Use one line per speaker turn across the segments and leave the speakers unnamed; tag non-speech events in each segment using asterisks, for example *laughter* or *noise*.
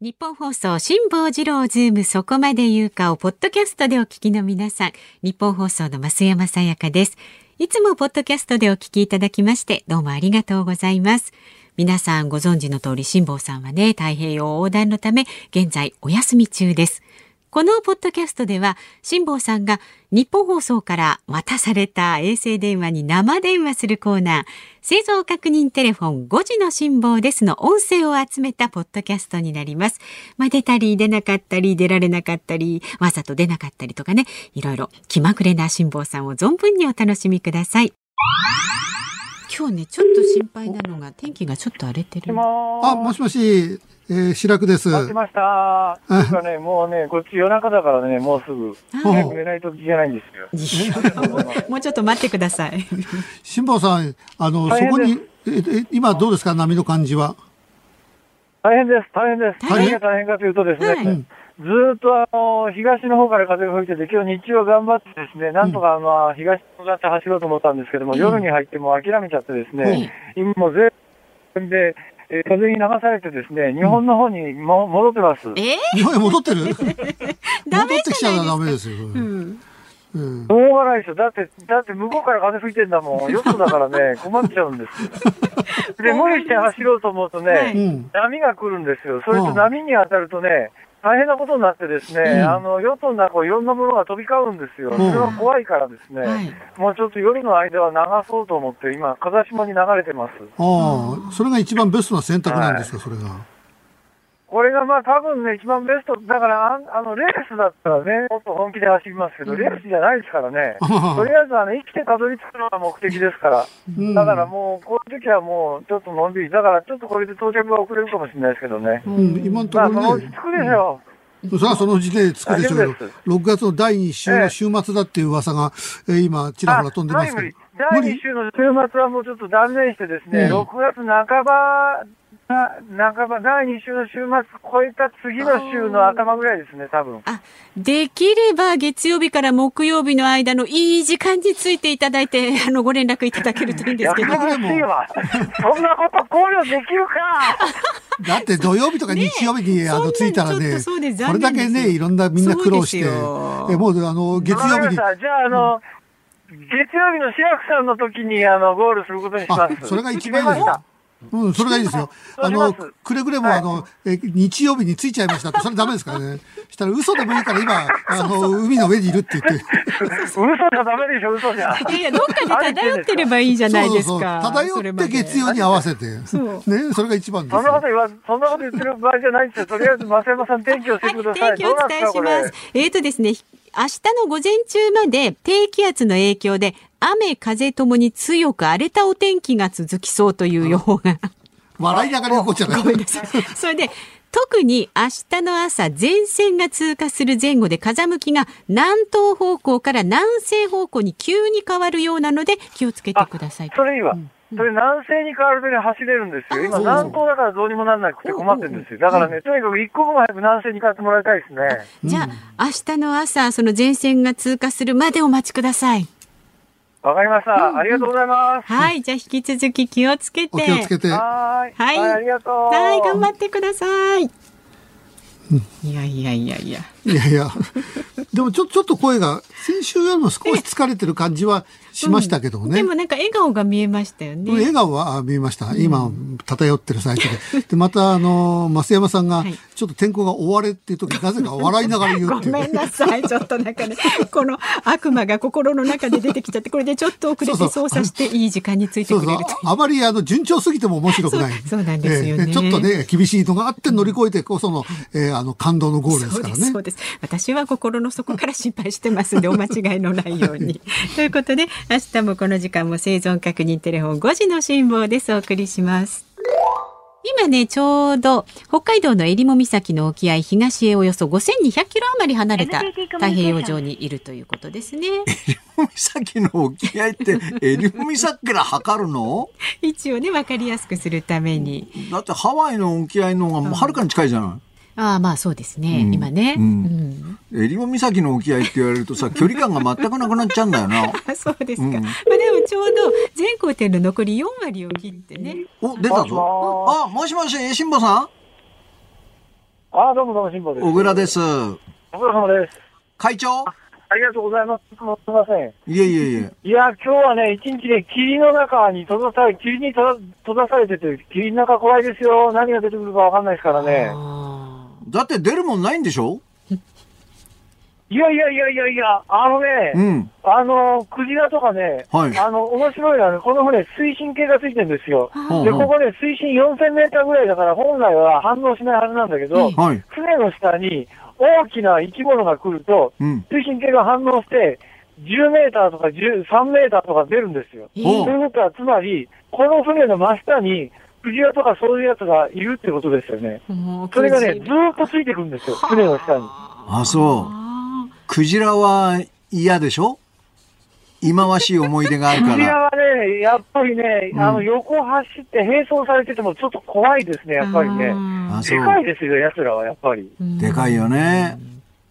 日本放送、辛坊治郎ズーム、そこまで言うかを、ポッドキャストでお聞きの皆さん、日本放送の増山さやかです。いつもポッドキャストでお聞きいただきまして、どうもありがとうございます。皆さんご存知の通り、辛坊さんはね、太平洋横断のため、現在お休み中です。このポッドキャストでは、辛坊さんが日本放送から渡された衛星電話に生電話するコーナー、製造確認テレフォン5時の辛坊ですの音声を集めたポッドキャストになります。まあ、出たり出なかったり出られなかったり、わざと出なかったりとかね、いろいろ気まぐれな辛坊さんを存分にお楽しみください。今日ね、ちょっと心配なのが、天気がちょっと荒れてる。 *laughs*
あ、もしもし。えー、白くです。
待ってました。僕はね、もうね、こっち夜中だからね、もうすぐ。早く寝ないとじゃないんですよ。
もうちょっと待ってください。
辛坊さん、あの、そこに、え、今どうですか、波の感じは。
大変です、大変です。大変が大変かというとですね、はい、ずっとあの、東の方から風が吹いてて、今日日中は頑張ってですね、なんとかまあ、東の方走ろうと思ったんですけども、うん、夜に入っても諦めちゃってですね、うん、今も全然で、え風に流されてですね、日本の方にも、戻ってます。
え日本に戻ってる戻ってきちゃうのはダメですよ。
しょうがないですよ。だって、だって向こうから風吹いてんだもん。よそだから *laughs* ね、困っちゃうんですで、無理して走ろうと思うとね、波が来るんですよ。それと波に当たるとね、大変なことになってですね、あの、与党の中いろんなものが飛び交うんですよ。それは怖いからですね、もうちょっと夜の間は流そうと思って、今、風下に流れてます。
ああ、それが一番ベストな選択なんですか、それが。
これがまあ多分ね、一番ベスト。だから、ああの、レースだったらね、もっと本気で走りますけど、レースじゃないですから *laughs* ね。とりあえず、あの、生きてたどり着くのが目的ですから。だからもう、こういう時はもう、ちょっとのんびり。だから、ちょっとこれで到着が遅れるかもしれないですけどね。
うん、今のところ、ね。
まあ、そのうち着くでしょう。
さあ、その時点でつくでしょうけど、6月の第2週の週末だっていう噂が、えー、今、ちらほら飛んでますけど。
第2週の週末はもうちょっと断念してですね、うん、6月半ば、半ば、第2週の週末超えた次の週の頭ぐらいですね、多分。
あ、できれば月曜日から木曜日の間のいい時間についていただいて、 *laughs* あの、ご連絡いただけるといいんですけど。
やかしいわ。そんなこと考慮できるか。
だって土曜日とか日曜日に、あの、着いたらね、これだけね、いろんなみんな苦労して、えもう、あの、月曜日に。
じゃあ、あの、月曜日の志らくさんの時に、あの、ゴールすることにします。
それが一番いいですよ。うん、それがいいですよ。あの、くれぐれも、あの、え、日曜日に着いちゃいましたって、それダメですからね。したら嘘でもいいから今、あの、海の上にいるって言って。
嘘じゃダメでしょ、嘘じゃ。。
いやいや、どっかに漂ってればいいじゃないですか。
漂って月曜に合わせて。ね、それが一番です
そんなこと言わ、そんなこと言ってる場合じゃないんですよ。とりあえず、増山さん、天気をしてくださ
天
い。
気をお伝えします。えっとですね、明日の午前中まで低気圧の影響で雨風ともに強く荒れたお天気が続きそうという予報が。
笑いながら予報じゃない。
ごめんなさい。 *laughs* それで、特に明日の朝、前線が通過する前後で風向きが南東方向から南西方向に急に変わるようなので気をつけてください。
それいいわ。うんそれ南西に変わるとに走れるんですよ。今南東だからどうにもならなくて困ってるんですよ。だからね、とにかく一刻も早く南西に変わってもらいたいですね。
じゃあ、明日の朝、その前線が通過するまでお待ちください。
わかりました。ありがとうございます。
はい。じゃあ、引き続き気をつけて。
気をつけて。
はい。はい。ありがとう。
はい。頑張ってください。いやいやいやいや。
いやいや。でもちょ、ちょっと声が、先週よりも少し疲れてる感じはしましたけどね。うん、
でもなんか笑顔が見えましたよね。
笑顔は見えました。今、うん、漂ってる最中
*laughs*、
で。で、また、あの、増山さんが、ちょっと天候が終われっていう時、なぜか笑いながら言うっていう
ね。ごめんなさい。ちょっとなんかね、この悪魔が心の中で出てきちゃって、これでちょっと遅れて操作していい時間についてくれると。
あまり、あの、順調すぎても面白くない。
そう,そうなんですよね、
えー、ちょっとね、厳しいのがあって乗り越えてこその、えー、あの、感動のゴールですからね。
そうです。私は心の底から心配してますんで、お間違いのないよう
*laughs*
に。ということで、明日もこの時間も生存確認テレフォン5時の辛抱です。お送りします。今ね、ちょうど北海道の襟裳岬の沖合東へおよそ5200キロ余り離れた太平洋上にいるということですね。
襟裳岬の沖合って襟裳岬から測るの
一応ね、わかりやすくするために。
だってハワイの沖合のがはるかに近いじゃない。うん
あまあそうですね、うん、今ね。
襟裳岬の沖合って言われるとさ、距離感が全くなくなっちゃうんだよな。
そうですか。うん、まあでもちょうど全行程の残り4割を切ってね。
お、出たぞ。あ、もしもし、辛坊さん
あ、どうもどうも、辛坊です。
小倉です。
ご苦労様です。
会長
ありがとうございます。すみません。
いえいえいえ。
いや、今日はね、一日ね、霧の中に閉ざされ、霧に閉ざ閉ざされてて、霧の中怖いですよ。何が出てくるかわかんないですからね。
だって出るもんないんでしょ
いやいやいやいやいや、あのね、
うん。
あの、クジラとかね、
はい
あの、面白いのはね、この船、水深計がついてるんですよ。
ほう
で、
ほう
ここね、水深4000メーターぐらいだから、本来は反応しないはずなんだけ
え
ど、
え
はい。
船の下に大きな生き物が来ると、
うん。
水深計が反応して、10メーターとか10 3メーターとか出るんですよ。
え
お
と
う
いうことは、つまり、この船の真下に、クジラとかそういうやつがいるってことですよね。
もう
それがね、
九
ず
時
ーっとついてくるんですよ、船の下に。
あ、そう。
あー
クジラは嫌でしょ忌まわしい思い出がある
ク
か
ジラ
ら。
はね、やっぱりね、
うん
あの、横走って並走されててもちょっと怖いですね、やっぱりね。
あ
あ、
ー
そ。
でかいうですよ、奴らは、やっぱり。
うん
でかいよね。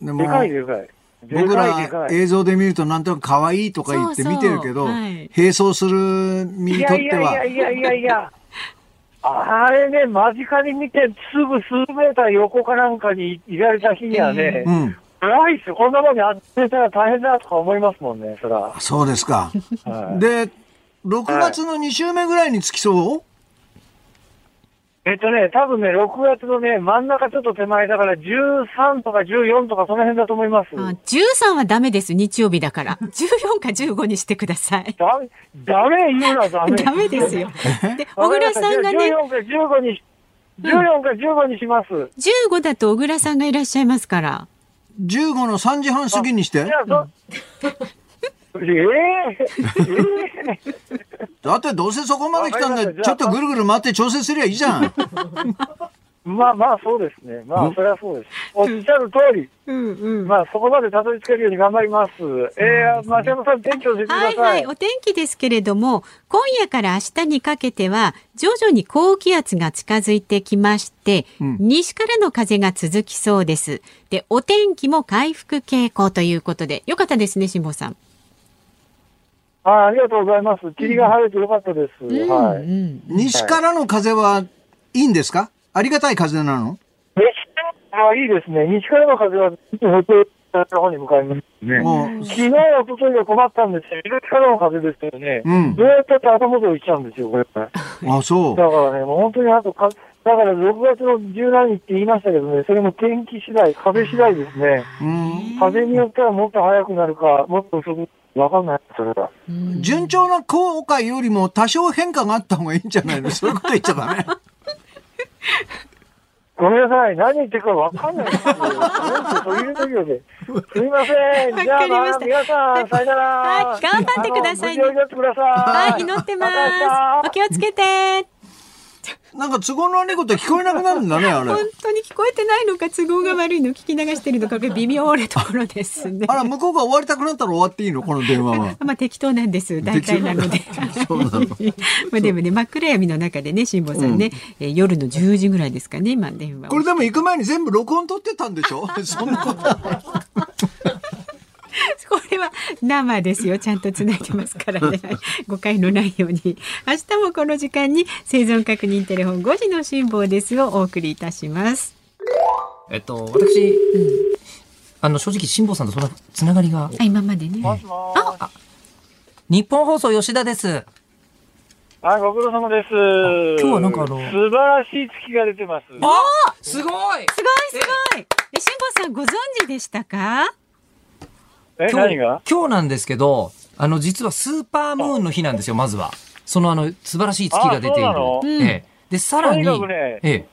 でも
でかい、でかい。で
僕
かい、でからい。
映像で見るとなんとなく可愛いとか言って見てるけ
そう
ど、
そうはい
並走する身
い
に
や
とっ
い
ては
や、いやいやいやいや。あれね、間近に見て、すぐ数メーター横かなんかにいられた日にはね
う、ん。
暗いっすよ。こんなもんに当てたら大変だとか思いますもんね、そら。は
そうですか。
い
で、6月の2週目ぐらいにつきそう
えっとね、多分ね、6月のね、真ん中ちょっと手前だから、13とか14とかその辺だと思います。
あ13はダメです日曜日だ *laughs* から14か15にしてください
ダメ、ダメ言うな、ダメ。
*laughs* ダメですよで小
わかり
倉
ました。
さんがね
じゃあ14か15に、14か15にします。
15だと小倉さんがいらっしゃいますから。
?15 の3時半過ぎにして
じゃあ、そ、ええええ
だってどうせそこまで来たん
わかり
で、
ました
ち
じ
ょ
ゃあ
っとぐるぐる回って調整すりゃいいじゃん。
まあまあ、そうですね。ま
う
あ
ん、
それはそうです。おっしゃる通り、
うんうん。
まあ、そこまでたどり着けるように頑張ります。ええー、松山さん、店長教えてくださ。
はいいはい、お天気ですけれども、今夜から明日にかけては、徐々に高気圧が近づいてきまして、
うん
西からの風が続きそうです。で、お天気も回復傾向ということで、よかったですね、辛坊さん。
ああありがとうございます。霧が晴れてよかったです。
うん
はい。
うん。
西からの風はいいんですかありがたい風なの
西からはいいですね。西からの風は、北東の方に向かいますね。
もう、
昨日、おとといが困ったんですよ。東からの風ですよね。
うん
どうやったって頭元行っちゃうんですよ、これ。だか
あ、そう。
らね、もう本当にあとか、だから6月の17日って言いましたけどね、それも天気次第、風次第ですね。
うん。
風によってはもっと早くなるか、もっと遅く、わかんない、それは。
うん
順調な航海よりも多少変化があった方がいいんじゃないのそういうこと言っちゃダメ。
ごめんなさい。何言ってるかわかんない
*laughs*
ですよ。そういう時はね。すみません。じゃあ、まあ、皆さん、さよなら。
はい頑張ってくださいね
あの無事を祈ってください。
はい、祈ってます
た明。日
お気をつけて。
なんか都合の悪いことは聞こえなくなるんだね、あれ。
*laughs* 本当に聞こえてないのか、都合が悪いの聞き流してるのか、これ微妙なところですね。
あら、向こうが終わりたくなったら終わっていいのこの電話は。
まあ適当なんです。大体なので。
*laughs* そうなの。
*laughs* まあでもね、真っ暗闇の中でね、辛坊さんね、えー夜の10時ぐらいですかね、今電話を。
これでも行く前に全部録音撮ってたんでしょ *laughs* そんなことは
これは生ですよ。ちゃんと繋いでますから
*laughs*
ね。誤解のないように。明日もこの時間に生存確認テレフォン5時の辛坊ですをお送りいたします。
えっと、私、あの、正直、辛坊さんとそんなつながりが。
あ、今までね。
もしもーし
日本放送吉田です。
はい、ご苦労様です。今
今日はなんかあの
素晴らしい月が出てます。
あすご
す
い
ごいすごい。え辛坊さんご存知でしたか？
え、
今
何
日
が、
今日なんですけど、あの、実はスーパームーンの日なんですよ、まずは。その、あの、素晴らしい月が出ている
あそ。
うなの
ええ。で、さらに、
とにかくね
ええ。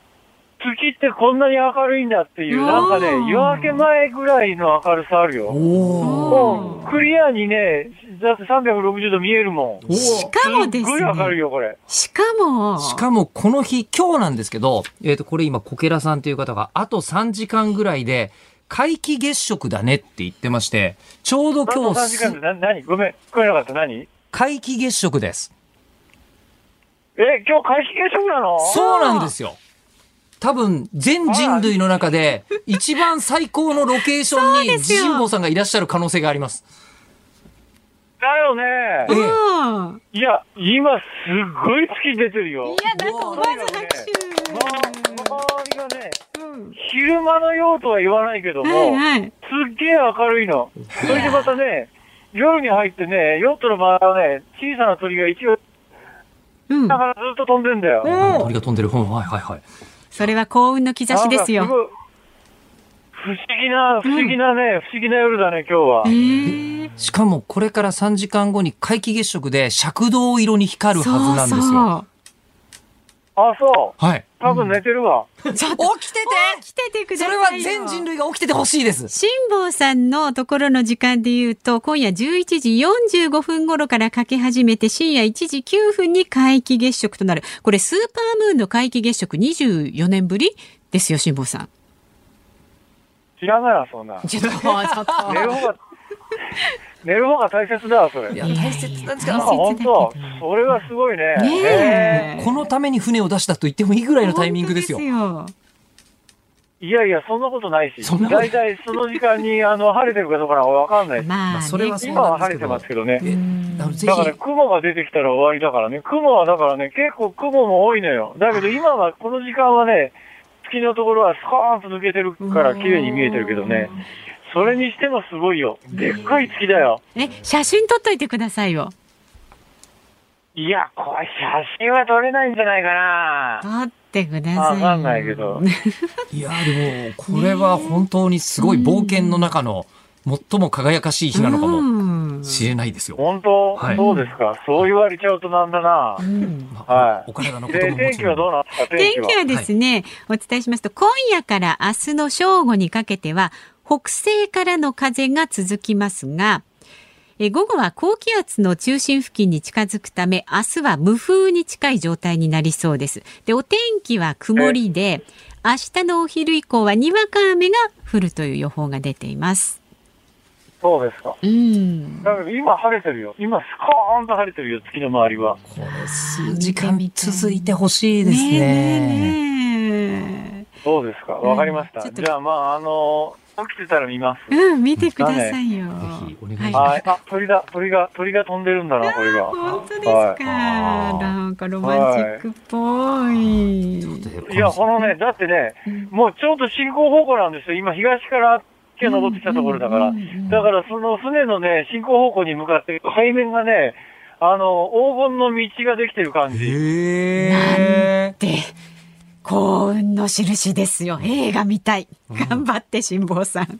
月ってこんなに明るいんだっていうう、
ん
なんかね、夜明け前ぐらいの明るさあるよ。
おー
お
もう、クリアにね、だって360度見えるもん。
しかもです
っごい明る
ね。
いよ、これ。
しかも。
しかも、この日、今日なんですけど、えっ、と、これ今、コケラさんという方が、あと3時間ぐらいで、皆既月食だねって言ってまして、ちょうど
今
今
日3時間で
日、
な、何ごめん、聞こえなかった、何
皆既月食です。
え、今日皆既月食なの
そうなんですよ。多分、全人類の中で、一番最高のロケーション
そう
に、
ですよ
辛坊さんがいらっしゃる可能性があります。
だよね。
ええ
うん
いや、今、すっごい月出てるよ。
いや、なんか思わず拍手。
もう、周りがね、
うん
昼間のようとは言わないけども、
はいはい。
すっげえ明るいの。それでまたね、夜に入ってね、ヨットの周りはね、小さな鳥が一応、
うん
だ。からずっと飛んでんだよ。
あ鳥が飛んでる。うんはいはいはい。
それは幸運の兆しです
なんか
よ。
ごい不思議な、不思議なね、不思議な夜だね、今日は
え。ー、
しかもこれから3時間後に皆既月食で赤銅色に光るはずなんですよ。
そう
あ、そう。
はい。
多分寝てるわ。
そう。ちょっと
起きてて
来ててくだ
そ
さい
れ
よ。
は全人類が起きててほしいです。
辛坊さんのところの時間で言うと、今夜11時45分頃からかけ始めて、深夜1時9分に皆既月食となる。これ、スーパームーンの皆既月食24年ぶりですよ、辛坊さん。
知らないわ、そんな。
ちょっと、ちょっと。
寝る方が、 *laughs* 寝る方が大切だわ、それ。
い
あ、
や、大切なんですけど、
本当。それはすごいね。
ねえ。
このために船を出したと言ってもいいぐらいのタイミングですよ。
本当ですよ
いやいや、そんなことないし
そんな。こと
大体その時間に、あの、晴れてるかどうかなんかわかんないし。
まあ、
まあ
ね、
それはそう
今
なん
は
で
晴れ
すけ
て
ど。
ますけどね。
えだからぜ
だから
ひ、
雲が出てきたら終わりだからね。雲はだからね、結構雲も多いのよ。だけど今は、この時間はね、月のところはスコーンと抜けてるから綺麗に見えてるけどね。それにしてもすごいよ。でっかい月だよ。
え、写真撮っといてくださいよ。
いや、これ写真は撮れないんじゃないかな。
撮ってくださいよ。
わかんないけど。
いや、でも、これは本当にすごい冒険の中の最も輝かしい日なのかも
うん
しれないですよ。
本当、
はい
そうですか。そう言われちゃうとなんだな。
うん
まあ
はい
お体のことも
で、
も
天
ち
気
ろ
は
ん。
どうなんですか天気
天
は
気。はですね、お伝えしますと、今夜から明日の正午にかけては、北西からの風が続きますが、え午後は高気圧の中心付近に近づくため、明日は無風に近い状態になりそうです。で、お天気は曇りで、明日のお昼以降はにわか雨が降るという予報が出ています。
そうですか。
うん。
だけど今晴れてるよ。今スコーンと晴れてるよ、月の周りは。
これ数時間続いてほしいです
ねえ
ね。
ね
そうですか。わかりまし
うんち
た。
ょっと
じゃあ、まあ、あのー起きてたら見ます。
えうん、見てくださいよ。
ぜひお願いします
は
はい。あ、鳥だ、鳥が、鳥が飛んでるんだな、これが。
本当ですか、
はい
なんかロマンチックっぽい。
いや、このね、だってね、もうちょうど進行方向なんですよ。今、東から手登ってきたところだから。
うんうんうんうん
だから、その船のね、進行方向に向かって、海面がね、あの、黄金の道ができてる感じ。
へえ。
で、幸運の印ですよ。映画みたい。頑張って、辛坊さん。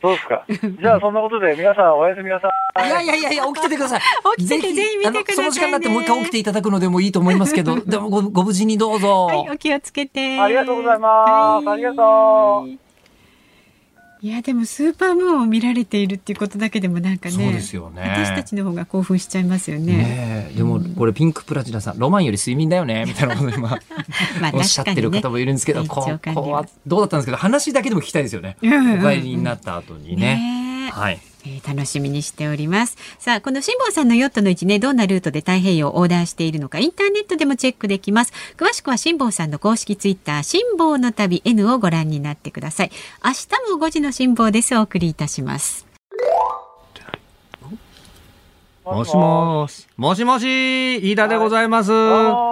そうですか。じゃあ、そんなことで、皆さんおやすみなさい。
いやいやいやいや、起きててください。
起きててぜひ見てくださいね
あのその時間になってもう一回起きていただくのでもいいと思いますけど、でもごご無事にどうぞ。
はい、お気をつけて。
ありがとうございますありがと
う。いや、でもスーパームーンを見られているっていうことだけでもなんかね。
そうですよね
私たちの方が興奮しちゃいますよね。
ねえでもこれピンクプラチナさん、ロマンより睡眠だよね、みたいなことを今、
まあ
おっしゃって
確か
る
にね
方もいるんですけど、こ
体調管理
こ
は
はどうだったんですけど、話だけでも聞きたいですよね。
うんうんうん
お帰りになった後にね。
ねえ
はい。
えー楽しみにしております。さあ、この辛坊さんのヨットの位置ね、どんなルートで太平洋を横断しているのか、インターネットでもチェックできます。詳しくは辛坊さんの公式ツイッター、辛坊の旅 N をご覧になってください。明日も5時の辛坊です。お送りいたします。
もしもーし。もしもし、飯田でございます。ど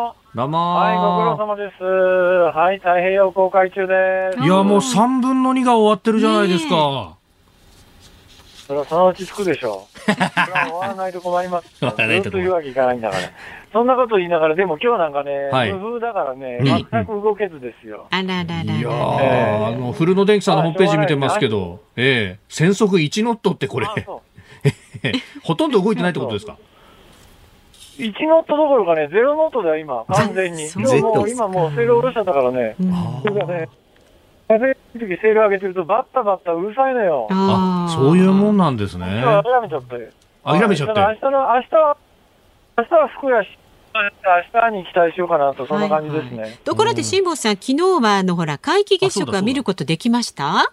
あ
う
の
も
はい、ご苦労
ー。
様です。はい、太平洋公開中で
様
いや、もう3分の2が終わってるじゃないですか。
す。それはそのうち着くでしょう。
*laughs*
それは終わらないと困ります。ず
終わらない
っと
と困る
言うわけいかないんだから。そんなこと言いながら、でも今日なんかね、
はい
無風だからね、
うんうん
全く動けずですよ。
あらららら
いや
ら。
ー、あの、古野電機さんのホームページ見てますけど、ええ、戦速1ノットってこれ
あ、そう。
ほとんど動いてないってことですか
1ノットどころかね、ゼロノットだよ、今、完全に。
そう
今も
ゼロ
う、今もうセール下ろしちゃったからね。
うん
あ
それがね、風の時セール上げてると、バッタバッタうるさいのよ。
あ
あ
ー、
そういうもんなんですね。
今日諦めちゃったよ。
諦めちゃっ
はい
て。
ただ明日の、明日は、明日は福屋し、明日に期待しようかなと、そんな感じですね。
はいはいところで辛坊さん、昨日はあのほら、皆既月
あそう
食
だ
は見ることできました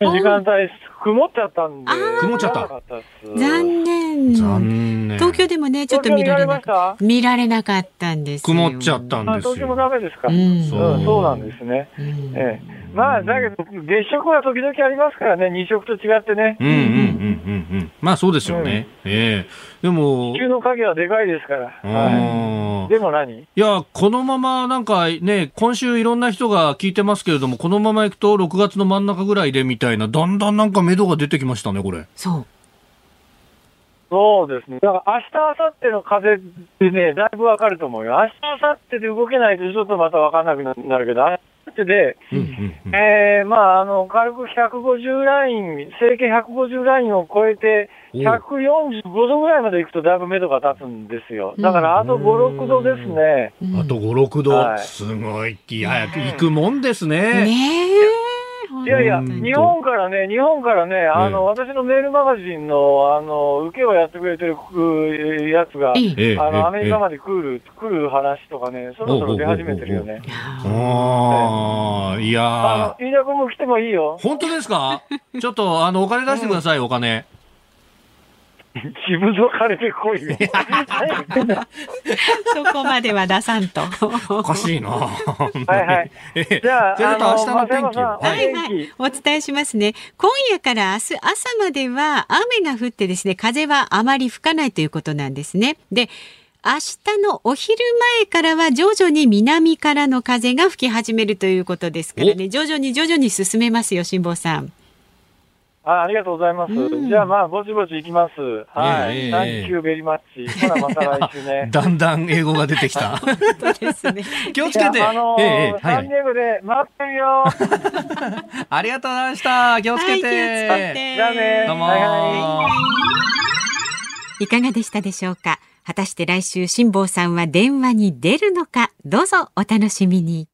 時間帯、曇っちゃったんで、
あー
曇っちゃった
見らなかったっす。
残念。念。
残念。
東京でもね、ちょっと見られなかった。見られなかったんですよ。
曇っちゃったん
あ、
です
東京も
よ。
ダメですか。
う
うんん、
そう
そうなんですね。
うん
ええ。まあ、だけど、月食は時々ありますからね、日食と違ってね
う。んうんうんうんうん。まあそうですよね。ええでも
地、球の影はでかいですから。は
うん
い。でも何
いや、このままなんかね、今週いろんな人が聞いてますけれども、このまま行くと6月の真ん中ぐらいでみたいな、だんだんなんか目処が出てきましたね、これ。
そう。
そうですね。だから明日、明後日の風ってね、だいぶわかると思うよ。明日、明後日で動けないとちょっとまたわかんなくなるけど、明後日で、
うんうんうん
えー、まあ、あの、軽く150ライン、整形150ラインを超えて、
お
145度ぐらいまで行くとだいぶ目処が立つんですよ。だからあと5、6度ですね。
うん
あと5、6度、
はい
すごい、いや早く行くもんですね。
ねえ。
いやいや、
本当に
日本からね、日本からね、あの、
ええ
私のメールマガジンの、あの、受けをやってくれてるうやつが、
いい
ええ
あの、アメリカ
え
まで来る、来る話とかね、そろそろ出始めてるよね。
えあーい
あ
やー
の、飯田君も来てもいいよ。
本当です *laughs* かちょっと、あの、お金出してください、お金。
自分の金で来いよ。
そこまでは出さん *laughs* と。
おかしいな *laughs*
はいはい。
ええ
じゃあ、
じゃあちょっと明日の天
松
気
山さ
を
ん
は
お
はい
天
はい
気。。
お伝えしますね。今夜から明日朝までは雨が降ってですね、風はあまり吹かないということなんですね。で、明日のお昼前からは徐々に南からの風が吹き始めるということですからね、徐々に徐々に進めますよ、辛坊さん。
あありがとうございます。
うん
じゃあ、まあ、ぼちぼち行きます。は
ええええ
い。Thank you very much. ほら、また来週
*laughs*
ね。
だんだん英語が出てき *laughs* た。
そうですね。
*laughs* 気をつけ
い
て。
やあのー
ええええはい
サ
は
ン
い
ディエゴで待ってるよ。
ありがとうございました。気をつけ
は
て。
い気をつけて
じゃあね。
どうもー
はいはい
いかがでしたでしょうか果たして来週辛坊さんは電話に出るのかどうぞお楽しみに。